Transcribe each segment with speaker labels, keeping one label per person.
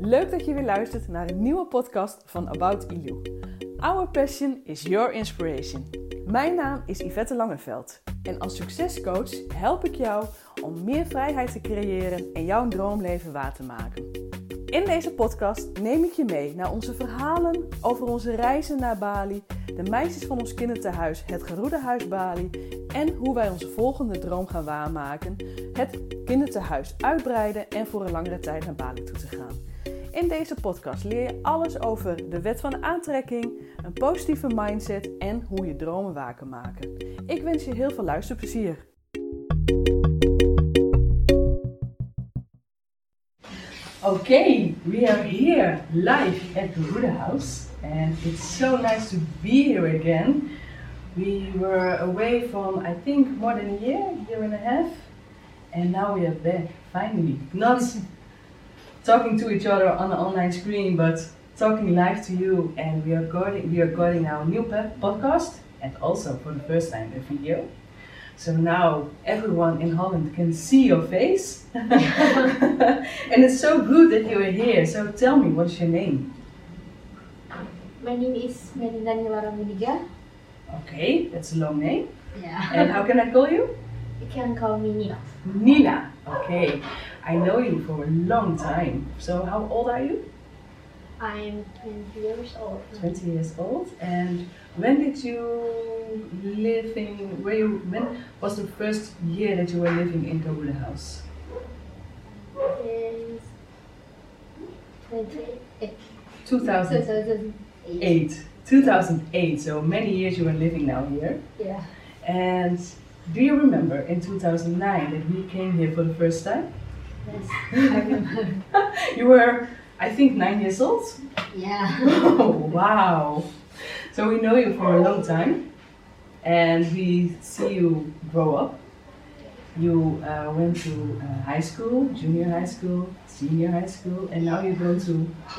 Speaker 1: Leuk dat je weer luistert naar een nieuwe podcast van About ILU. Our passion is your inspiration. Mijn naam is Yvette Langeveld en als succescoach help ik jou om meer vrijheid te creëren en jouw droomleven waar te maken. In deze podcast neem ik je mee naar onze verhalen over onze reizen naar Bali, de meisjes van ons kinderthuis, het Geroedehuis Bali en hoe wij onze volgende droom gaan waarmaken, het kinderthuis uitbreiden en voor een langere tijd naar Bali toe te gaan. In deze podcast leer je alles over de wet van aantrekking, een positieve mindset en hoe je dromen waar kan maken. Ik wens je heel veel luisterplezier. Okay, we are here live at the Buddha House, and it's so nice to be here again. We were away from, I think, more than a year, year and a half, and now we are back finally. Not talking to each other on the online screen, but talking live to you. And we are going, we are going our new pe- podcast, and also for the first time a video. So now everyone in Holland can see your face. and it's so good that you are here. So tell me, what's your name?
Speaker 2: My name is Medina Nilara Muniga.
Speaker 1: Okay, that's a long name.
Speaker 2: Yeah.
Speaker 1: And how can I call you?
Speaker 2: You can call me Nina.
Speaker 1: Nina. Okay, I know you for a long time. So how old are you?
Speaker 2: I'm 20 years old.
Speaker 1: 20 years old. And when did you live in? Where you? When was the first year that you were living in Kabula House?
Speaker 2: Is 28.
Speaker 1: 2008.
Speaker 2: 2008.
Speaker 1: 2008. So many years you were living now here.
Speaker 2: Yeah.
Speaker 1: And do you remember in 2009 that we came here for the first time?
Speaker 2: Yes. I remember.
Speaker 1: You were, I think, nine years old.
Speaker 2: Yeah.
Speaker 1: Oh, wow. So we know you for a long time and we see you grow up. You uh, went to uh, high school, junior high school, senior high school, and now you go to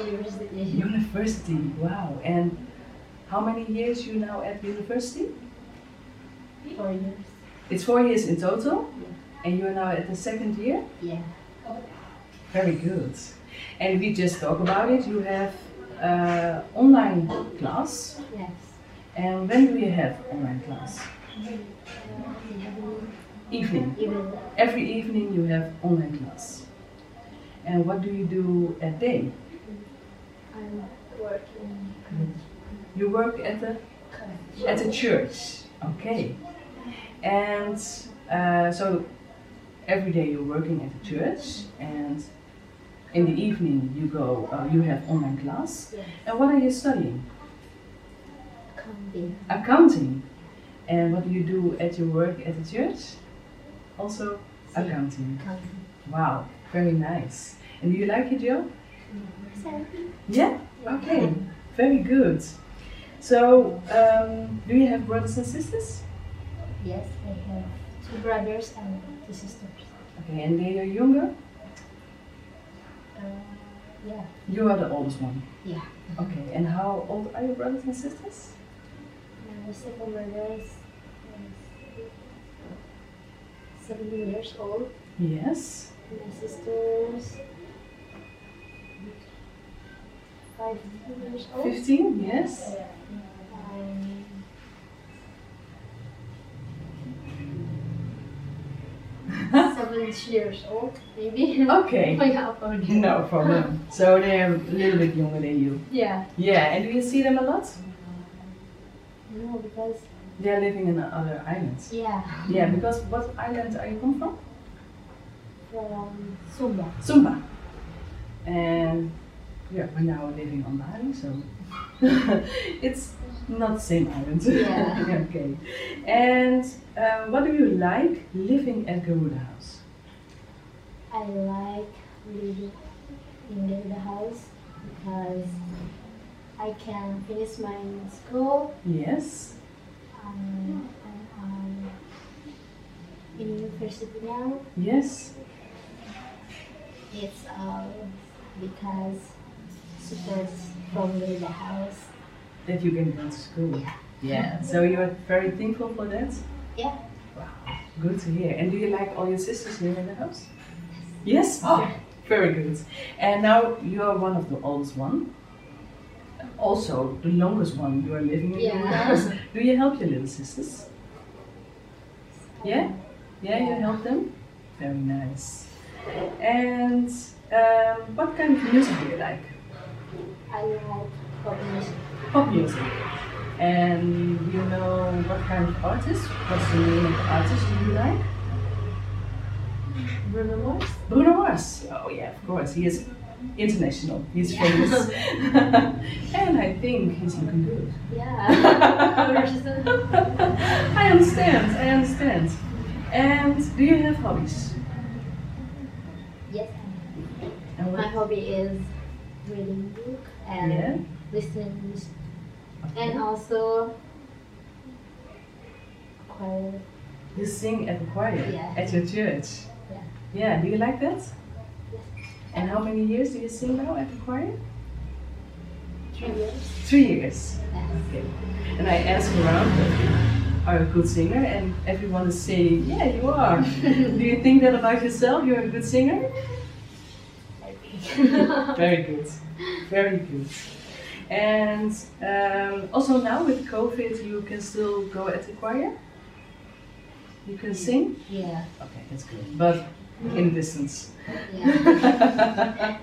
Speaker 2: University.
Speaker 1: university. Wow. And how many years you now at university?
Speaker 2: Four years.
Speaker 1: It's four years in total, and you're now at the second year?
Speaker 2: Yeah.
Speaker 1: Very good. And we just talk about it. You have uh, online class
Speaker 2: Yes.
Speaker 1: And when do you have online class? Evening.
Speaker 2: Even
Speaker 1: Every evening you have online class. And what do you do at day?
Speaker 2: I'm working.
Speaker 1: You work at the at the church. Okay. And uh, so every day you're working at the church, and in the evening you go. Uh, you have online class.
Speaker 2: Yes.
Speaker 1: And what are you studying?
Speaker 2: Counting.
Speaker 1: Accounting. And what do you do at your work at the church? Also accounting.
Speaker 2: Counting.
Speaker 1: Wow, very nice. And do you like it, Joe? Yeah. Okay, very good. So, um, do you have brothers and sisters?
Speaker 2: Yes, I have two brothers and two sisters.
Speaker 1: Okay, and they are younger?
Speaker 2: Uh, yeah.
Speaker 1: You are the oldest one.
Speaker 2: Yeah.
Speaker 1: Okay, and how old are your brothers and sisters?
Speaker 2: My second brother is Uh, is seventeen years old.
Speaker 1: Yes.
Speaker 2: My sister's five years old. Uh,
Speaker 1: 15? Yes.
Speaker 2: I'm seven years old, maybe.
Speaker 1: Okay.
Speaker 2: yeah, I forget.
Speaker 1: No problem. So they're a little bit younger than you.
Speaker 2: Yeah.
Speaker 1: Yeah, and do you see them a lot?
Speaker 2: No, because
Speaker 1: They're living in other islands.
Speaker 2: yeah,
Speaker 1: Yeah, because what island are you come from?
Speaker 2: from Sumba.
Speaker 1: Zumba. And yeah, we're now living on Bali, so it's not same island.
Speaker 2: Yeah.
Speaker 1: okay. And uh, what do you like living at Garuda House?
Speaker 2: I like living in the house because I can finish my school
Speaker 1: Yes.
Speaker 2: um, and I'm in university now.
Speaker 1: Yes.
Speaker 2: It's all because support from the house.
Speaker 1: That you can go to school.
Speaker 2: Yeah.
Speaker 1: Yeah. So you are very thankful for that.
Speaker 2: Yeah.
Speaker 1: Wow. Good to hear. And do you like all your sisters here in the house? Yes. Oh, Very good. And now you are one of the oldest one. Also, the longest one. You are living in
Speaker 2: Yeah.
Speaker 1: your house. Do you help your little sisters? Yeah? Yeah, you help them? Very nice. And um, what kind of music do you like?
Speaker 2: I like pop music.
Speaker 1: Pop music. And you know what kind of artist? What's the name of the artist you like?
Speaker 2: Bruno Mars?
Speaker 1: Bruno Mars. Oh yeah, of course. He is international. He's
Speaker 2: Yeah.
Speaker 1: famous. and I think he's looking good.
Speaker 2: Yeah.
Speaker 1: I understand. I understand. And do you have hobbies?
Speaker 2: yes,
Speaker 1: And
Speaker 2: my
Speaker 1: what?
Speaker 2: hobby is reading book and
Speaker 1: Yeah.
Speaker 2: listening to music. And also choir.
Speaker 1: You sing at the choir
Speaker 2: Yeah.
Speaker 1: at your church.
Speaker 2: Yeah.
Speaker 1: Yeah. Do you like that? And how many years do you sing now at the choir?
Speaker 2: Three years.
Speaker 1: Three years.
Speaker 2: Yes.
Speaker 1: Okay. And I asked around, if you are a good singer? And everyone is saying, yeah, you are. Do you think that about yourself? You're a good singer? Very good. Very good. And um, also now with COVID, you can still go at the choir? You can sing?
Speaker 2: yeah.
Speaker 1: Okay, that's good. But in distance.
Speaker 2: Yeah.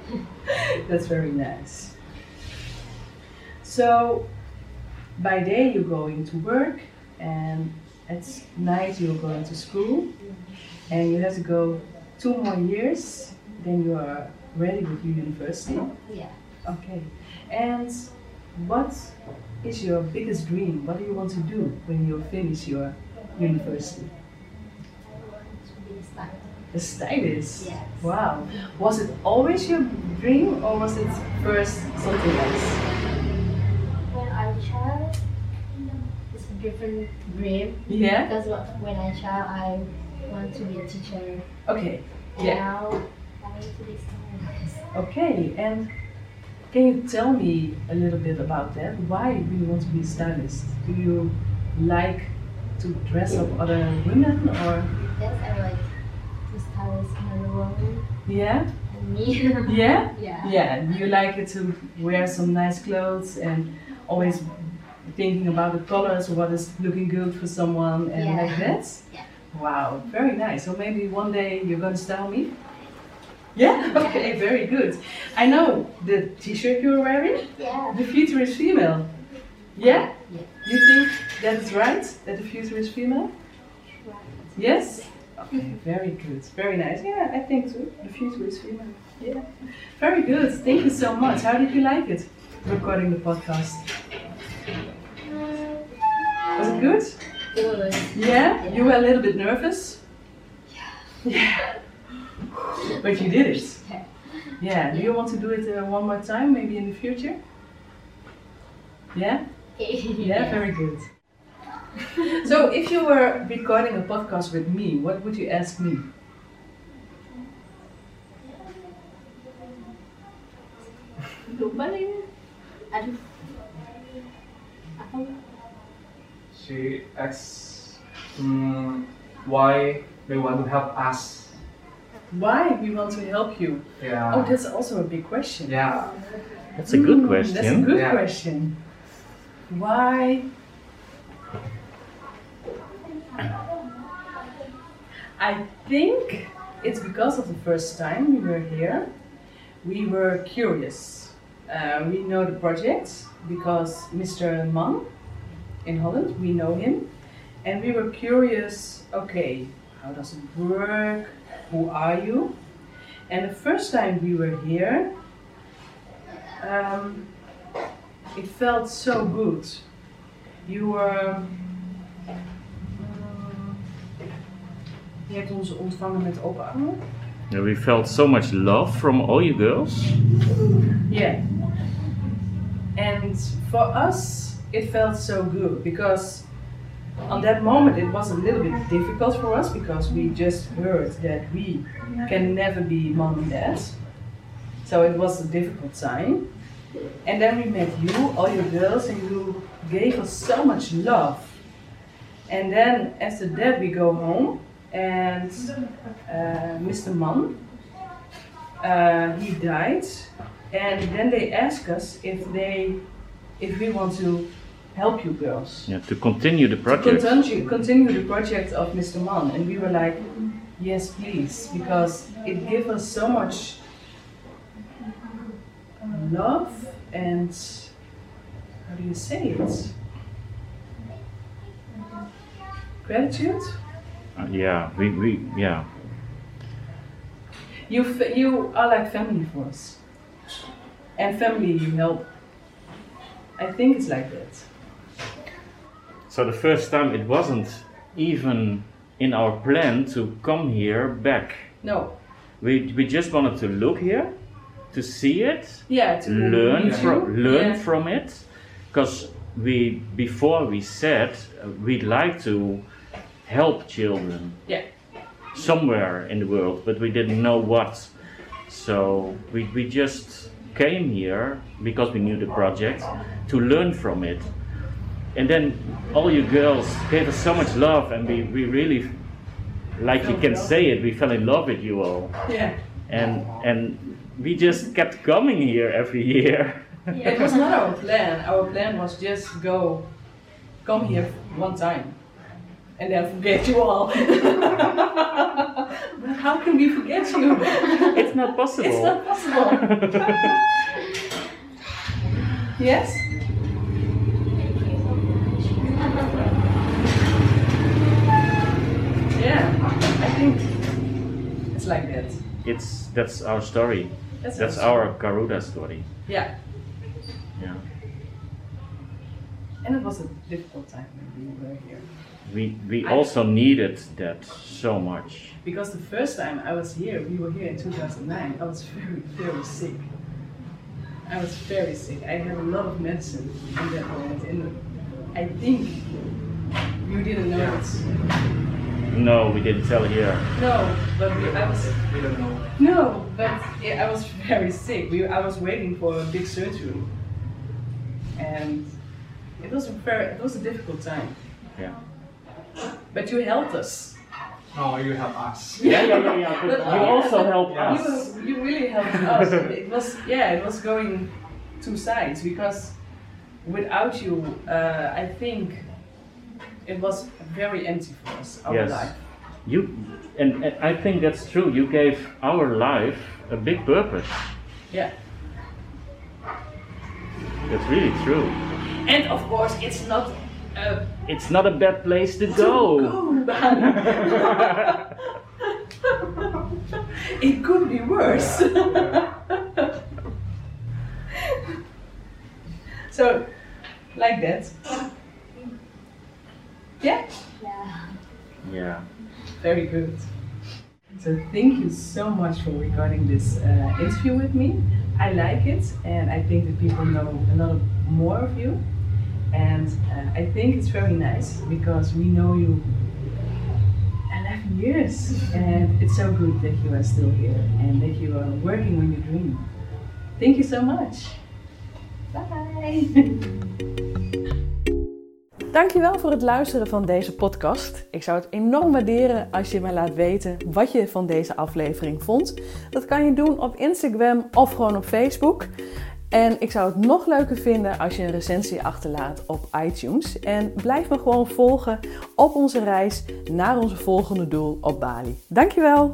Speaker 1: That's very nice. So, by day you're going to work, and at night you're going to school, and you have to go two more years, then you are ready with your university.
Speaker 2: Yeah.
Speaker 1: Okay. And what is your biggest dream? What do you want to do when you finish your university?
Speaker 2: To be styled.
Speaker 1: A stylist.
Speaker 2: Yes.
Speaker 1: Wow. Was it always your dream or was it first something else?
Speaker 2: When I child, it's a different dream
Speaker 1: Yeah?
Speaker 2: because wh- when I child, I want to be a teacher.
Speaker 1: Okay.
Speaker 2: And
Speaker 1: Yeah.
Speaker 2: Now I want to be stylist.
Speaker 1: Okay. And can you tell me a little bit about that? Why do you want to be a stylist? Do you like to dress up other women or
Speaker 2: Yes, I like to stylist another woman
Speaker 1: yeah?
Speaker 2: and me.
Speaker 1: Yeah?
Speaker 2: yeah.
Speaker 1: Yeah. Do you like it to wear some nice clothes and always thinking about the colors, what is looking good for someone and
Speaker 2: Yeah.
Speaker 1: like that?
Speaker 2: Yeah.
Speaker 1: Wow, very nice. So maybe one day you're gonna style me? Yeah? Okay, very good. I know the t-shirt you're wearing.
Speaker 2: Yeah.
Speaker 1: The future is female. Yeah?
Speaker 2: Yeah.
Speaker 1: You think that is right? That the future is female?
Speaker 2: Right.
Speaker 1: Yes? Okay, very good. Very nice. Yeah, I think so. The future is female. Yeah. Very good. Thank you so much. How did you like it? Recording the podcast. Was it good?
Speaker 2: Good.
Speaker 1: Yeah? You were a little bit nervous? Yeah. Yeah. But you did it.
Speaker 2: Yeah.
Speaker 1: Yeah. Do you want to do it uh, one more time, maybe in the future? Yeah? Yeah, very good. so, if you were recording a podcast with me, what would you ask me?
Speaker 2: Lupa lagi. Aduh. Apa?
Speaker 3: She asks mm, why they want to help us.
Speaker 1: Why we want to help you?
Speaker 3: Yeah.
Speaker 1: Oh, that's also a big question.
Speaker 3: yeah.
Speaker 4: That's a good
Speaker 1: Mm,
Speaker 4: question.
Speaker 1: That's a good
Speaker 3: Yeah.
Speaker 1: question. Why? I think it's because of the first time we were here, we were curious. Uh, we know the project because Mr. Mann in Holland, we know him, and we were curious okay, how does it work? Who are you? And the first time we were here, um, it felt so good. You were. mm, Je hebt ons ontvangen met open armen.
Speaker 4: Yeah, We felt so much love from all you girls.
Speaker 1: Yeah. And for us, it felt so good because on that moment it was a little bit difficult for us because we just heard that we can never be mom and dad. So it was a difficult time. And then we met you, all your girls, and you gave us so much love. And then after that, we go home, and uh, Mr. Mann uh, he died, and then they asked us if they, if we want to help you girls
Speaker 4: Yeah, to continue the
Speaker 1: to
Speaker 4: project.
Speaker 1: continue, continue the project of Mr. Mann, and we were like, yes, please, because it gave us so much love and how do you say it? Gratitude.
Speaker 4: Uh, yeah, we, we yeah.
Speaker 1: You f- you are like family for us, and family you help. I think it's like that.
Speaker 4: So the first time it wasn't even in our plan to come here back.
Speaker 1: No,
Speaker 4: We, we just wanted to look here, to see it,
Speaker 1: yeah, to
Speaker 4: learn
Speaker 1: you.
Speaker 4: from learn
Speaker 1: Yeah.
Speaker 4: from it, because we before we said uh, we'd like to help children.
Speaker 1: Yeah.
Speaker 4: Somewhere in the world, but we didn't know what. So we we just came here because we knew the project to learn from it, and then all you girls gave us so much love, and we we really. Like you can say it, we fell in love with you all
Speaker 1: yeah.
Speaker 4: and and we just kept coming here every year.
Speaker 1: It was not our plan. Our plan was just go, come here one time, and then forget you all. but how can we forget you?
Speaker 4: it's not possible.
Speaker 1: It's not possible. yes. Yeah, I think it's like that.
Speaker 4: It's- that's our story.
Speaker 1: That's,
Speaker 4: That's
Speaker 1: awesome.
Speaker 4: our Garuda story.
Speaker 1: yeah.
Speaker 4: Yeah.
Speaker 1: And it was a difficult time when we were here.
Speaker 4: We we
Speaker 1: I-
Speaker 4: also needed that so much.
Speaker 1: Because the first time I was here, we were here in 2009, I was very, very sick. I was very sick. I had a lot of medicine in that moment. And I think you didn't know it.
Speaker 4: No, we didn't tell here.
Speaker 1: No, but we, I was.
Speaker 3: We don't know.
Speaker 1: No, but yeah, I was very sick. We, I was waiting for a big surgery. And it was a very, it was a difficult time.
Speaker 4: Yeah.
Speaker 1: But you helped us.
Speaker 3: No, you have us.
Speaker 4: Yeah, yeah, yeah, yeah. But
Speaker 1: But-
Speaker 4: you also helped
Speaker 3: Yeah.
Speaker 4: us.
Speaker 1: You, you really helped us. it was yeah, it was going two sides because without you, uh, I think it was very empty for us. Our
Speaker 4: Yes.
Speaker 1: life.
Speaker 4: You and, and I think that's true. You gave our life a big purpose.
Speaker 1: Yeah.
Speaker 4: That's really true.
Speaker 1: And of course, it's not. Uh,
Speaker 4: It's not a bad place to go.
Speaker 1: go bad. it could be worse. so, like that. Yeah.
Speaker 4: yeah.
Speaker 1: Very good. So thank you so much for recording this uh, interview with me. I like it, and I think that people know a lot of, more of you. And uh, I think it's very nice because we know you 11 years, and it's so good that you are still here and that you are working on your dream. Thank you so much. Bye.
Speaker 5: Dankjewel voor het luisteren van deze podcast. Ik zou het enorm waarderen als je mij laat weten wat je van deze aflevering vond. Dat kan je doen op Instagram of gewoon op Facebook. En ik zou het nog leuker vinden als je een recensie achterlaat op iTunes. En blijf me gewoon volgen op onze reis naar onze volgende doel op Bali. Dankjewel!